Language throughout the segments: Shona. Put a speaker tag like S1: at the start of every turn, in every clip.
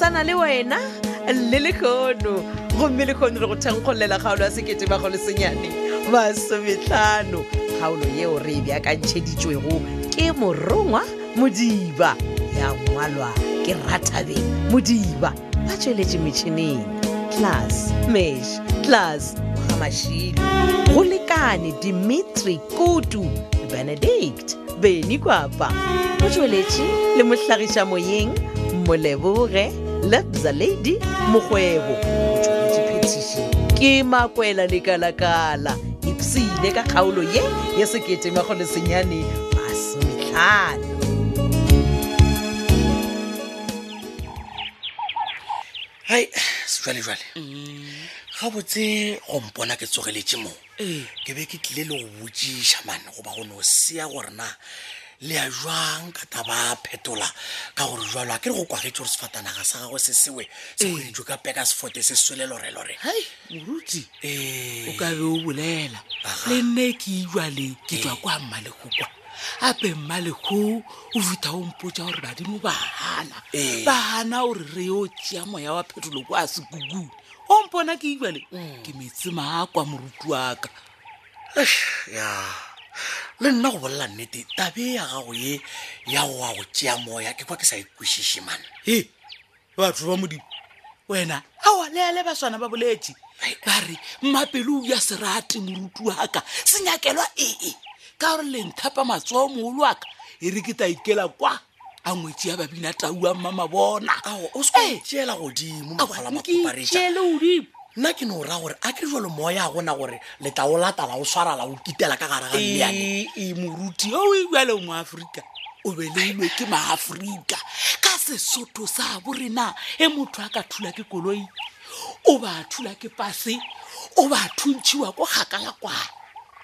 S1: wena le lekgono gomme lekgono re go thenkgolela kgaolo ya sekete magolosenyane masometlhano kgaolo yeo re e beakantšheditšwego ke morongwa modiba ya ngwalwa ke ratabeng modiba ba tsweletše metšhineng class mesh class mogamashilo go lekane dimitri kutu benedict beny kwapa o tsweletše le mohlagiša moyeng moleboge lebza lady mokgwebo o tsweletše phetiši ke makwela lekalakala epsile ka kgaolo ye ya sekete magolosenyane masometlhano
S2: hai sejwalejwale ga botse go mpona ke tsogeletse moo ke be ke tlile le go botsiša mane goba go ne o sea gore na le a jwang ka taba phetola ka gore jalo a ke re go kwagetse gore sefatanaga sa gago se sewe se goeditso ka peka sefote se swele lorelore
S3: hai moruti o
S2: ee
S3: ka be o bolela
S2: Aga.
S3: le nne ke ijwaleng ke tswa kwa mmalego kwa ape mmalego o fitha o mpotsa gore badimo ba hana
S2: Eh.
S3: ba hana gore re yo tšea moya wa phetolo kwa sekukung o mpona ke ijwale
S2: Mm.
S3: ke metse maakwa moruti wa ka
S2: ya le nna go bolela nnete tabe ya gago ye ya go a go tšea moya ke kwa ke sa ekwešiše mane
S3: e batho ba modimo wena aowa le ale baswana ba boletše ba re mmapele o ya serate moruti wa ka se nyakelwa ee ka gore lenthapa matsogo mogolo wa ka e re ke ta ikela kwa a ngwetse ya babina taua mmama bona
S2: ao o
S3: Eh,
S2: sekotseela godimo mogola
S3: aowa, nke
S2: makopareša
S3: itšeele godimo
S2: nna ke no raya gore a ke jalo moya a gona gore letlao latala o swara la o kitela ka gare ga mmeane
S3: ee moruti o e jwaleng wa aforika o beleilwe ke maaforika ka sesotho sa borena e motho a ka thula ke koloi o ba thula ke pase o ba thuntšhiwa ko kgaka ya kwana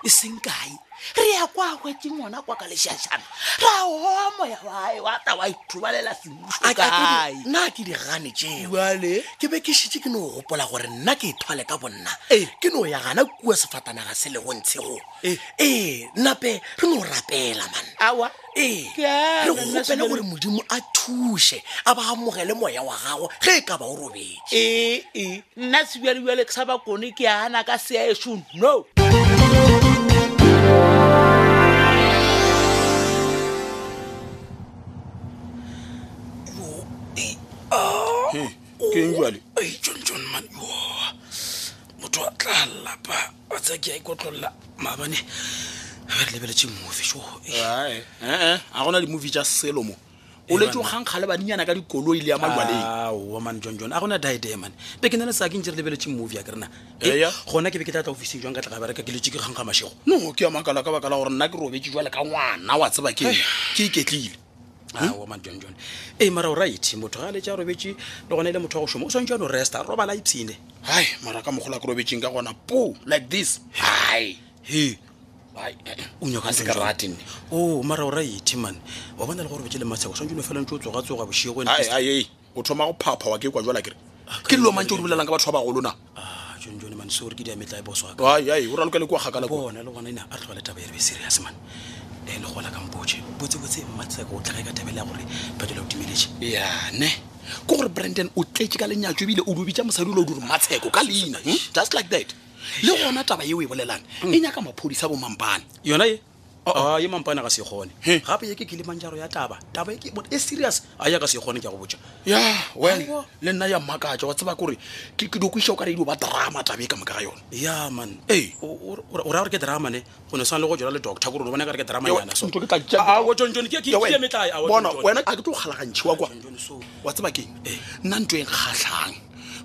S3: e seng kae re ya kwa hwetse ngwana kwa ka lešašana ra oa moya wae wa ta wa ithobalela semmušo kae
S2: nna ke di gane tšeo
S3: Jwale?
S2: ke be ke šitse ke no gopola gore nna ke e thwale ka bonna
S3: Eh.
S2: ke no ya gana kua sefatanaga se le go ntshego
S3: Eh.
S2: ee nnape re no rapela man
S3: awa
S2: ee
S3: Ke a-
S2: re gopele
S3: nna Sethole-
S2: gore modimo a thuše a ba amogele moya wa gago ge e ka ba o robetse E,
S3: ee nna sebjalebjale ke sa bakone ke ana ka seaeso no
S4: keng jale
S2: ei tsontsone e, man yoa motho a tla llapa a tsa ke a ikotlolola maabane a ba re lebeletse mofešo
S4: ae ee ga gona di-movie tša selo mo o letse o kgankga le badinyana ka dikoloi le ya
S3: Ah.
S4: majaleng
S2: Ah, man john john a gona diede man be ke na le sake ntse re lebeletse movie ya ke rena Eh,
S4: Eya.
S2: gona ke be ke tla tla ofising jwang ka tla ka bereka ke letse ke kgang ka mašego
S4: no ke a makala ka baka la gore nna ke robetse jale ka ngwana wa tseba ke eng. ke iketlile Hmm?
S2: ao Ah, man john john ee mara o right motho ga a letse a robetse le gona e le motho wa go šoma o swantse ano resta a robala a ipshine
S4: hai mara ka mogola ke robetseng ka gona po like this hai
S2: he
S4: o
S2: nyoka
S4: nyoka
S2: sentse.
S4: sekerate nne
S2: o Oh, mara o right man wa bona le go robetse le matsheko swantse no fela ntse o tsogatsoga e bošego
S4: ai ai ai o thoma go phapha wa ke kwa jala kere ke dilo mantse o di bolelang ka batho ba bagolona
S2: a Ah, john john man se gore ke diametla e boswaka
S4: ai ai o raloka le kwa gakala ko
S2: bona le gona ena a re tloga le taba e re be serious man
S4: Eh,
S2: e le gola kampoe botsebotse mmatseko o tlhage ka tabela ya gore phetola o timeletse
S4: yane ke gore Ah, brandon o tletse ka lenyatso ebile o dobitsa mosadi o le o dire matsheko ka leina hmm? just like that le gona taba eo e bolelang
S2: Mm.
S4: e nyaka maphodisa bo mampane
S2: yona e a ye mampana ga se e kgone
S4: Oh, He.
S2: gape ye ke kelemantjaro ya taba taba e ke e serious a ya ka se kgone ke ya go botsa
S4: ya
S2: Aiwa.
S4: wena le nna ya mmakatsa wa tseba kore ke ke dokwiša o ka redio ba drama tabe e ka moka ga yone
S2: ya man
S4: Ee.
S2: o o- o- o raya gore ke dramane go ne sane le go jela le doctor kore o bona e ka re ke
S4: Yo,
S2: dramanyana
S4: ntho ke tla ja- Ya wena, bona wena a ke tlo kgalagantšhiwa kwa wa tseba keng nna ntho e nkgatlhang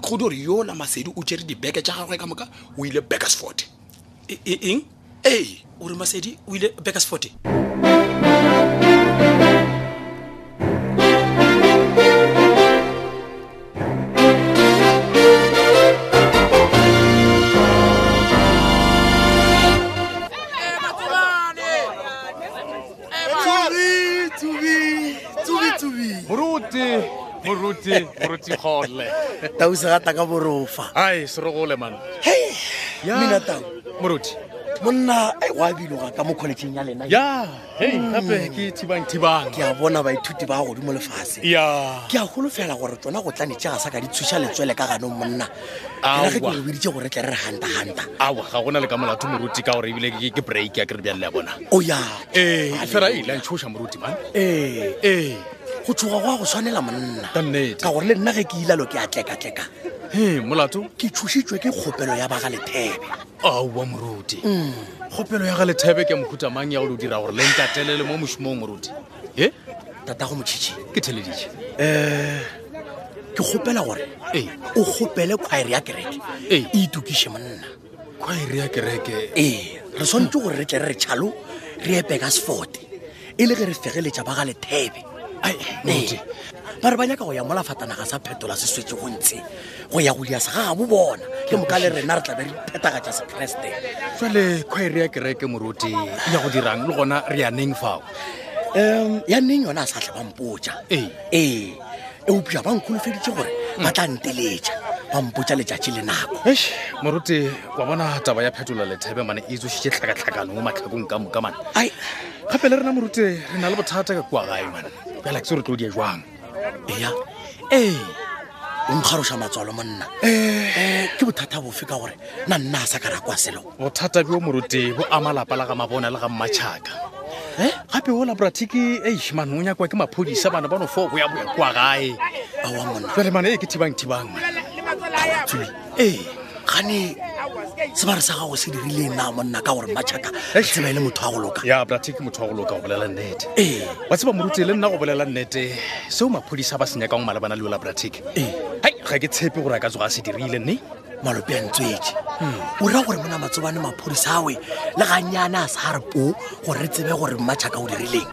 S4: ke go di gore yola masedi o tsere dibeke tša gagwe ka moka o ile bakersford
S2: eng
S4: ee
S2: ore masedi o ile bakersfort
S5: moruti moruti moruti kgole
S6: tausegataka borofa
S5: ai se re gole man
S6: minatang
S5: moruti
S2: monna ai wa biloga ka mo collegeng ya lena
S5: ya hei gape ke thibang thibang
S2: ke a bona baithuti ba godimo lefatshe
S5: ya
S2: ke a golofela gore tsona go tlanetse ga sa ka di thuša letswele ka ganong monna
S5: Aowa.
S2: ena ge ke re boditse gore tle re re hanta-hanta
S5: awa ga gona le ka molato moruti ka gore ebile ke- ke break ya kere bjale le a bona
S2: o ya
S4: Eh,
S5: ee e fela e la ntshoša moruti man
S2: ee
S5: ee
S2: go tshoga go a go tshwanela monna
S5: ka nnete
S2: ka gore le nna ge ke ilalo ke a tleka-tleka
S5: he molato
S2: ke tshošitšwe ke kgopelo ya baga lethebe
S5: aowa moruti kgopelo ya ga lethebe ke mokhutamang ya go le dira gore le ntatelele mo mošomong moruti e
S2: tatago motšhitšhi
S5: ke theleditše
S2: ke kgopela gore
S5: ee
S2: o kgopele khwaere ya kereke
S5: Ee.
S2: e itukiše monna
S5: kwaere ya kereke
S2: ee re tshwanetse gore re tle re re tšhalo re epe ka sefote e le ge re fegeletša ba ga lethebe
S5: ai
S2: ee
S5: moruti
S2: ba re ba nyaka go ya molafatanaga sa phetola se swetse go ntse go ya go diasa ga gabo bona ke moka le rena re tlabe re phetagatša sekeresete
S5: jale kwaere ya kereke moruti e ya go dirang le gona re yaneng fao
S2: um ya nneng yona a sa tlhe ba mpotsa
S5: Ee. Mm.
S2: ee eupša ba nkholofeditše gore ba tla nteletša ba mpotsa letšatši le nako
S5: eish moruti wa bona taba ya phetola lethebe mane e tsošitše tlhakatlhakano mo matlhakong ka moka mane
S2: ai
S5: gape le rena moruti re na le bothata ka kua gae mane jala ke se re tlo dia jwang
S2: eya e,
S5: ee
S2: o nkgaroša matswalo monna
S5: eh,
S2: um ke bothata bofe ka gore na nna a sa ka ra kwa selo
S5: bothata bjo moruti bo ama lapa la ga mabona le ga mmatšhaka e gape o labratiki eish mane o nyakwa ke maphodisa bana bano foo go ya boya kua gae
S2: aowa monna
S5: jale mane e ke thibang-thibang mane
S2: tsumi
S5: ee
S2: gane sebare sa gago se dirile na monna ka gore matšhaka re
S5: Eish.
S2: tseba e le motho wa go loka E,
S5: ya bratiki motho wa go loka go bolela nnete
S2: ee
S5: wa tseba moruti le nna go bolela nnete seo maphodisa ba se nyakang malebana le yola bratiki
S3: Eh.
S2: Ee.
S5: hai ga ke tshepe gore a ka tsoga a se dirile nne
S2: malope a ntswetse
S5: Hmm.
S2: o raya gore mona matsobane maphodisa awe le gannyana a sa re poo gore re tsebe gore matšhaka o dirileng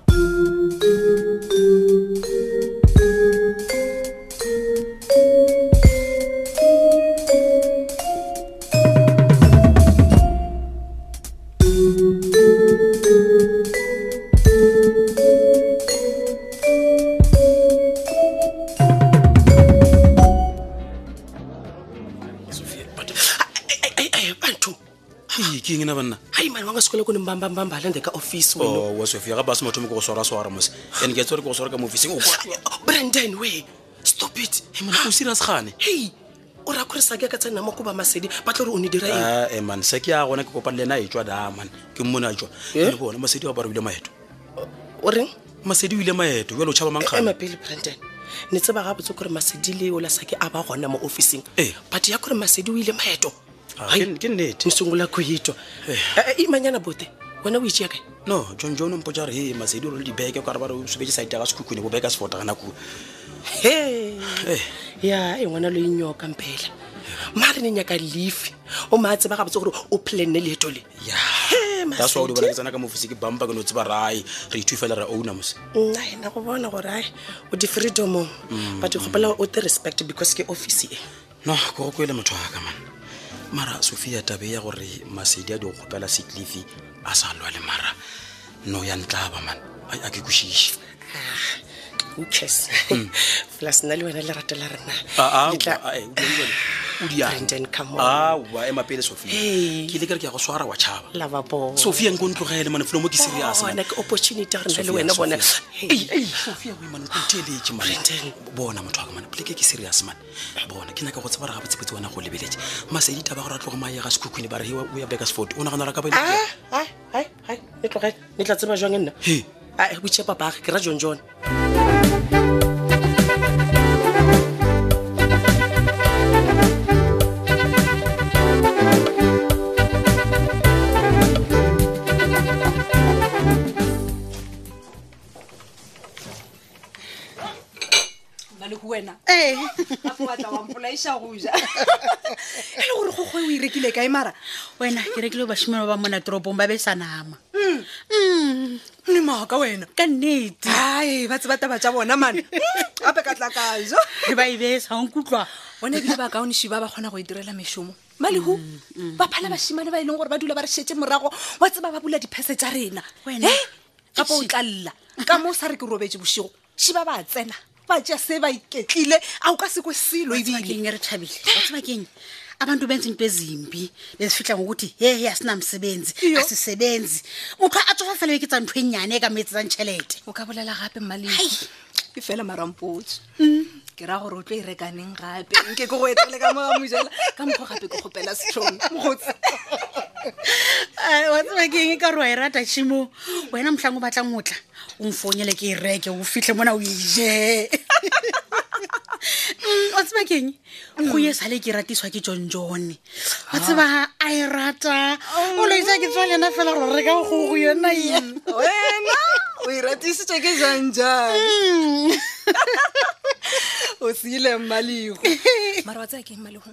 S6: bantu
S3: ke eng na banna
S6: hayi mani wanga sikole kuni mbambambamba halende ka office wena
S3: Oh, wa sofia ga ba se mathomo ke go swaraswara mose and ke tsore ke go swara ka mo officeng
S6: brandon we stop it
S3: o serius gane
S6: hey o ra gore sa ke ka tsena mo kuba masedi ba tlo re o ne dira eng
S3: ae Eh, man se ke ya gona ke kopane le e ena a etswa daman ke mmone a tswa
S6: Eh?
S3: le bona masedi wa ba re o ile maeto
S6: o reng
S3: masedi o ile maeto jalo o tšhaba
S6: ema
S3: mankgane
S6: pele brandon ne tseba gabotse gore masedi le ola sake a ba gona mo officing
S3: Eh.
S6: but ya gore masedi o ile maeto
S3: Ah,
S6: Hai,
S3: ke- ke nnete.
S6: mosungola khoetwa
S3: Ee.
S6: Eh, imanyana bote wena o itsea kae
S3: no john john mpo ja re he masedi o role dibeke ka re ba re o sobetse site ka sekhukhune bo beka sefota gana kuo
S6: he
S3: Eh.
S6: ya e ngwana lo inyoka mphela mmaare ne nyaka leafe o maa tseba gabotse gore o planne leeto le He,
S3: that's wa o di bona
S6: Masedi.
S3: ke tsena ka mo office ke bampa ke no tseba rae re ithu fela ra owna mose
S6: nna ena go bona gore ae o di-freedomong
S3: Mm.
S6: but kgopela o te respect because ke office e
S3: no ke Ah, go kwele motho aka man mara sophia tabe ya gore masedi a di go kgopela seclife a sa lwa le mara no ya ntlaba man Ai, a ke kwešiše
S6: ukes plus nna le wena le rata la rena
S3: Hmm. Ah, ah,
S6: Le tla-
S3: wa- ah, eh, o diang jwale? O diang?
S6: Brandon, come on.
S3: Aowa, ema pele sophia
S6: Hey.
S3: ke ile ka re ke ya go swara wa tšhaba
S6: lava bona
S3: sophia nko ntlogele manefolo mo ke serius man.
S6: Bona, ke opportunity gore nna le
S3: Sophia,
S6: wena bona
S3: Sophia.
S6: Hey, hey.
S3: sophia oimane o teletse
S6: Brandon.
S3: bona motho aka mane pleke ke serious man bona ke nyaka go tseba re gabotsepetse wena go lebeletse masedi taba gore a tlogo maega sekhukhune ba re "He, o ya bekasford o nagana ra ka ba
S6: Ah, ah, hai, hai, ne tlogele ne tla tseba jwang e nna
S3: He.
S6: a botšhe papage ke ra jon jone
S7: maleko wena
S8: ee
S7: gape batla wampolaiša go ja
S8: e le gore go goe o e rekile kae mara wena ke rekile bašimano ba mona toropong ba be sa nama
S7: Hmm.
S8: Hmm.
S7: ne maaka wena
S8: ka nnete
S7: ae ba tseba taba tša bona mane Hmm. gape ka tla kajo
S8: re ba e besa onkutlwa
S7: bona ebile ba kaonesi ba ba kgona go e direla mešomo malehu ba phala bašimane ba e leng gore ba dula ba re šetse morago wa tseba ba bula diphese tša rena
S8: Wena,
S7: Eh, gape o
S8: eish.
S7: tlalela ka moo sa re ke robetse bošego šiba ba tsena ba tšea se ba iketlile a o ka seko selo
S8: Wa tseba
S7: ebile
S8: keng e re thabile wa tseba keng abantu benza into ezimbi bezifihla ngokuthi yehe asinamsebenzi asisebenzi motho a tsofa fela ke tsa ntho e nyane e ka moetsetsang tšhelete
S7: o ka bolela gape mmaleo ke fela marampotso ke ra gore o tlo e rekaneng gape nke ke go etele ka moga mojala ka mokgwa gape ke kgopela strong mogotsi
S8: Ai, wa tseba ke eng e ka re wa e rata tšhimo wena motlhang o batlang o tla o mfonyele ke e reke o fitlhe mona o eje Mm, wa tseba ke eng go ye sale ke ratiswa ke john john wa tseba a e rata o laisa ke tswa le yena fela gore re ka go go yona ye
S7: wena o e ratisitse ke janjang o seile mmalego mara wa tsaya ke eng malego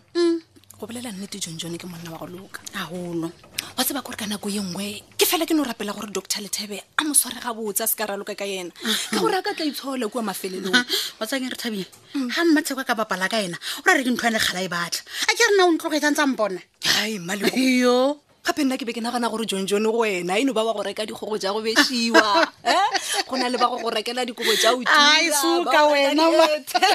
S7: go bolela nnete john john ke monna wa go loka
S8: gagolo
S7: wa tseba kore ka nako ye nngwe ke fela ke no rapela gore doctor lethebe a mosware ga botse a se ka raloka ka yena ka gore a ka tla itshola kua mafelelong
S8: wa tsakeng re thabile ga mmatsheko a ka bapala ka ena o ra re ke ntho ya legala e batla a ke re na o ntlogo e tsantsang bona
S7: ai malego
S8: yo
S7: gape nna ke be ke nagana gore john john go wena eno ba ba go reka dikgogo ja go bešiwa um go na le ba go go rekela dikobo ja o
S8: Ai,
S7: tira,
S8: suka
S7: ba go reka
S8: wena, ma-
S7: di-airtime.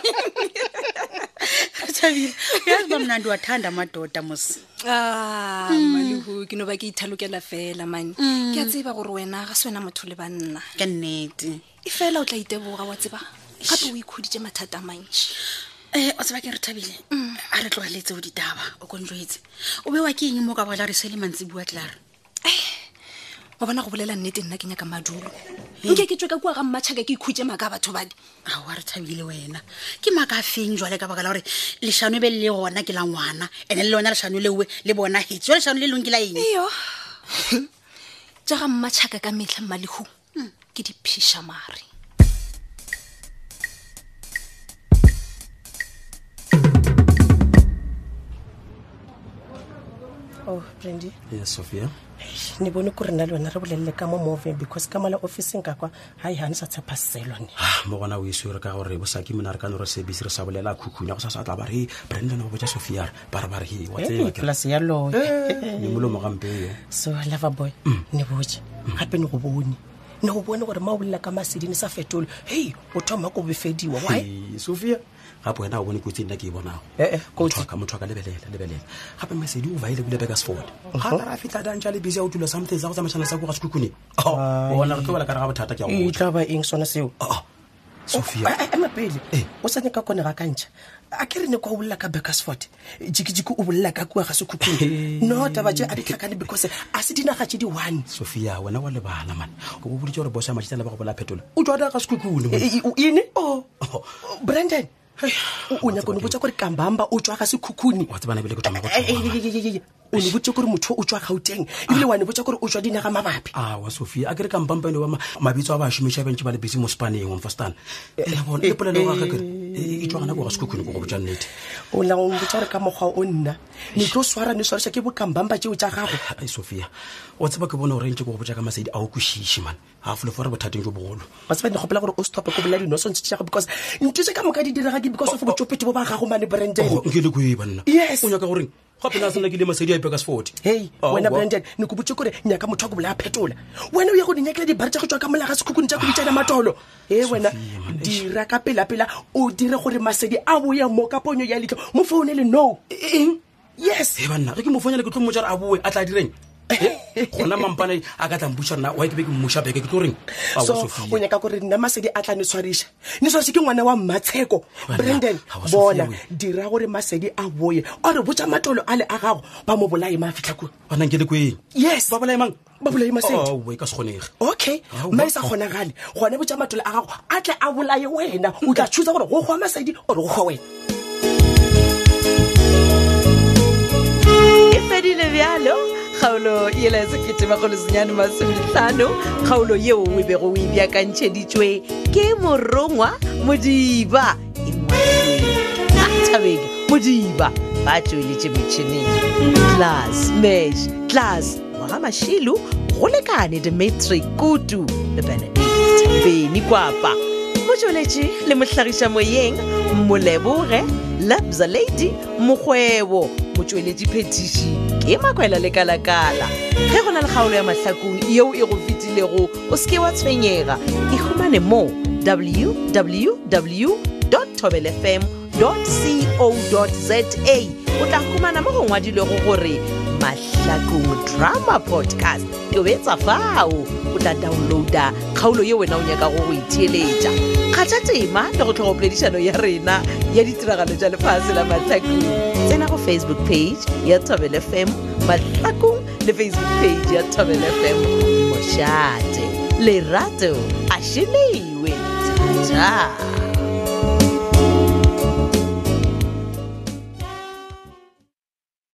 S8: thabile uyazi ba mnandi wathanda amadoda mos
S7: Ah,
S8: Hmm.
S7: malego ke no ba ke ithalokela fela mane ke a tseba gore wena ga se wena motho le banna
S8: ka nnete
S7: e fela o tla iteboga wa tseba gape o ikgoditse mathata a mantšhi
S8: um o tseba ke re thabile
S7: Mm.
S8: a re tlogeletse o ditaba o konjoetse o bewa ke eng mo ka bola re se le mantse bua tlare
S7: wa bona go bolela nnete nna ke nyaka madulo nke ke tswe ka kua ga mmatšhaka ke ikhutse maaka batho badi
S8: ao a re thabile wena ke maaka a feng jwale ka baka la gore lešhano e be le gona ke la ngwana and-e le lona lešhano leue le bona hetse jo lešhano le leng ke la eng
S7: eyo ja ga mmatšhaka ka metlha mmalego ke diphiša mare
S2: oh brandy
S3: yes sophia
S2: ne bone ko re nna le wena re bolelele ka mo moveng because ka mala officeng ka kwa ga e gane sa tshepa selone
S3: Ah, mo gona o ise re ka gore bosaki mona re ka no re service re sa bolela khukhunya go sa sa tla ba re brandon go botsa sophia re, ba re ba re he wa tseba ke
S2: polase ya loya
S3: le molomo gampe yo Mm.
S2: so lover boy ne boje gape ne go bone ne go bone gore ma o bolela ka masedine sa fetolo hei o thoma ko befediwa wy
S3: Hey, sophia gape wena o bone kotsi nna ke e bonago
S2: Eh, eh, kotsi.
S3: Motho a ka- motho a ka lebelela lebelela gape masedi o baile kule bekasford gape re a fitlha dantša le busy a o tula something sa go tsamašana sa ko ga sekhukhune ona re tlo bala ka re ga bothata ke a
S2: e
S3: go
S2: tla ba eng sona seo Oh,
S3: botsa. Ah, ah, sophia
S2: emapele
S3: Eh.
S2: o sane ka kone ga ka ntšha a ke re ne kwa o bolela ka bakersford jikijiki o bolela ka kua ga sekhukhune no taba je a ditlhakane because a se dinaga tse di one
S3: sophia wena wa lebala man o bo boditse gore bosa mašitsa le ba go bola phetola o tswa daga sekhukhune
S2: E-
S3: monna.
S2: e- e- ene o
S3: Oh.
S2: brandon o- o nyako ne botsa gore kambamba o tswa ga sekhukhune
S3: wa tsebana ebile ke thoma go
S2: Eh, eh,
S3: thoma.
S2: eh, eh, eh, eh, o ne botse gore motho o tswa gauteng ebile wa ne botsa gore o tswa dinaga mabapi
S3: awa sophia a kere kampampane ba e ma- mabitso a bašomiša bentse ba le bese mo spaneng omfastan le polelo ga kere e tswagana ko ga sekhukhune ko go botsa nnete
S2: o la o botsa gore ka mokgwa o nna ne tlo swara ne swarisa ke bokambamba tseo tsa gago
S3: ai sophia o tseba ke bone gore ntse ke go botsa ka masedi a o kwešiše man ga fole fore bothateng jo bogolo
S2: wa tseba ne gopela gore o stope ko bola dinosonse tse jago because ntuse ka moka di direga ke because of botsopete bo ba gago mane branden
S3: Oh, nke le koe banna
S2: Yes.
S3: o nyaka goreng gape na a sena kile masedi a Oh, ipeka sefort
S2: hei wena branden ne ko botse kore nyaka motho wa ko bolaya phetola wena o ya go di nyakela dibare tsa go tswa ka molaga sekhukhune tsa go ditsana matolo e wena
S3: Sophia, man,
S2: dira ka pelapela o dire gore masedi a boya mo ka ponyo ya leitlho mo foune le no eng yes
S3: e banna ge ke mofonyale ke tlo mmotsa re a boe a tla direng Eh, gona mampane a ka tlang buša rena wa ke be ke mmuša beke ke tlo reng Aowa,
S2: so
S3: Sophia.
S2: o nyaka gore nna masedi a tla ne tshwariša ne tshwariše ke ngwana wa mmatsheko
S3: Wena,
S2: branden
S3: aowa, Sophia,
S2: bona
S3: wena.
S2: dira gore masedi a boye ore botsa matlolo a le a gago ba mo bolae ma a fitlha kuo
S3: banna nke le koeng
S2: yes
S3: ba bolae mang
S2: ba bolae masedi
S3: aowe ka Ah, se kgonege
S2: okay
S3: Aowa.
S2: mma e sa kgonagale gone botsa matlolo a gago a tle a bolae wena o tla thusa gore go goa masedi ore go goa wena
S1: e fedile bjalo kgaolo yela ya sekete magolosenyane masometlhano kgaolo yeo o bego o ebjakantšheditšwe ke morongwa modiba e ngwadilweng a thabeng modiba ba tsweletše motšhineng class mash class ngwaga mašilu go lekane dimetri kutu le benedict beny kwapa motsweletši le mohlagiša moyeng moleboge labza lady mokgwebo motsweletši phetiši ke makwela lekalakala ge go na le kgaolo ya mahlakong yeo e go fetilego o seke wa tshwenyega e humane mo www tobelfm co za o tla khumana mo go ngwadilwego gore mahlakong drama podcast e betsa fao o tla downloada kgaolo ye wena o nyaka go go itheeletša kgatha tema le go tlhogopoledišano ya rena ya ditiragalo tša lefase la mahlakong tsena go facebook page ya tobel fm mahlakong le facebook page ya tobel fm mošate lerato a šeleiwe thata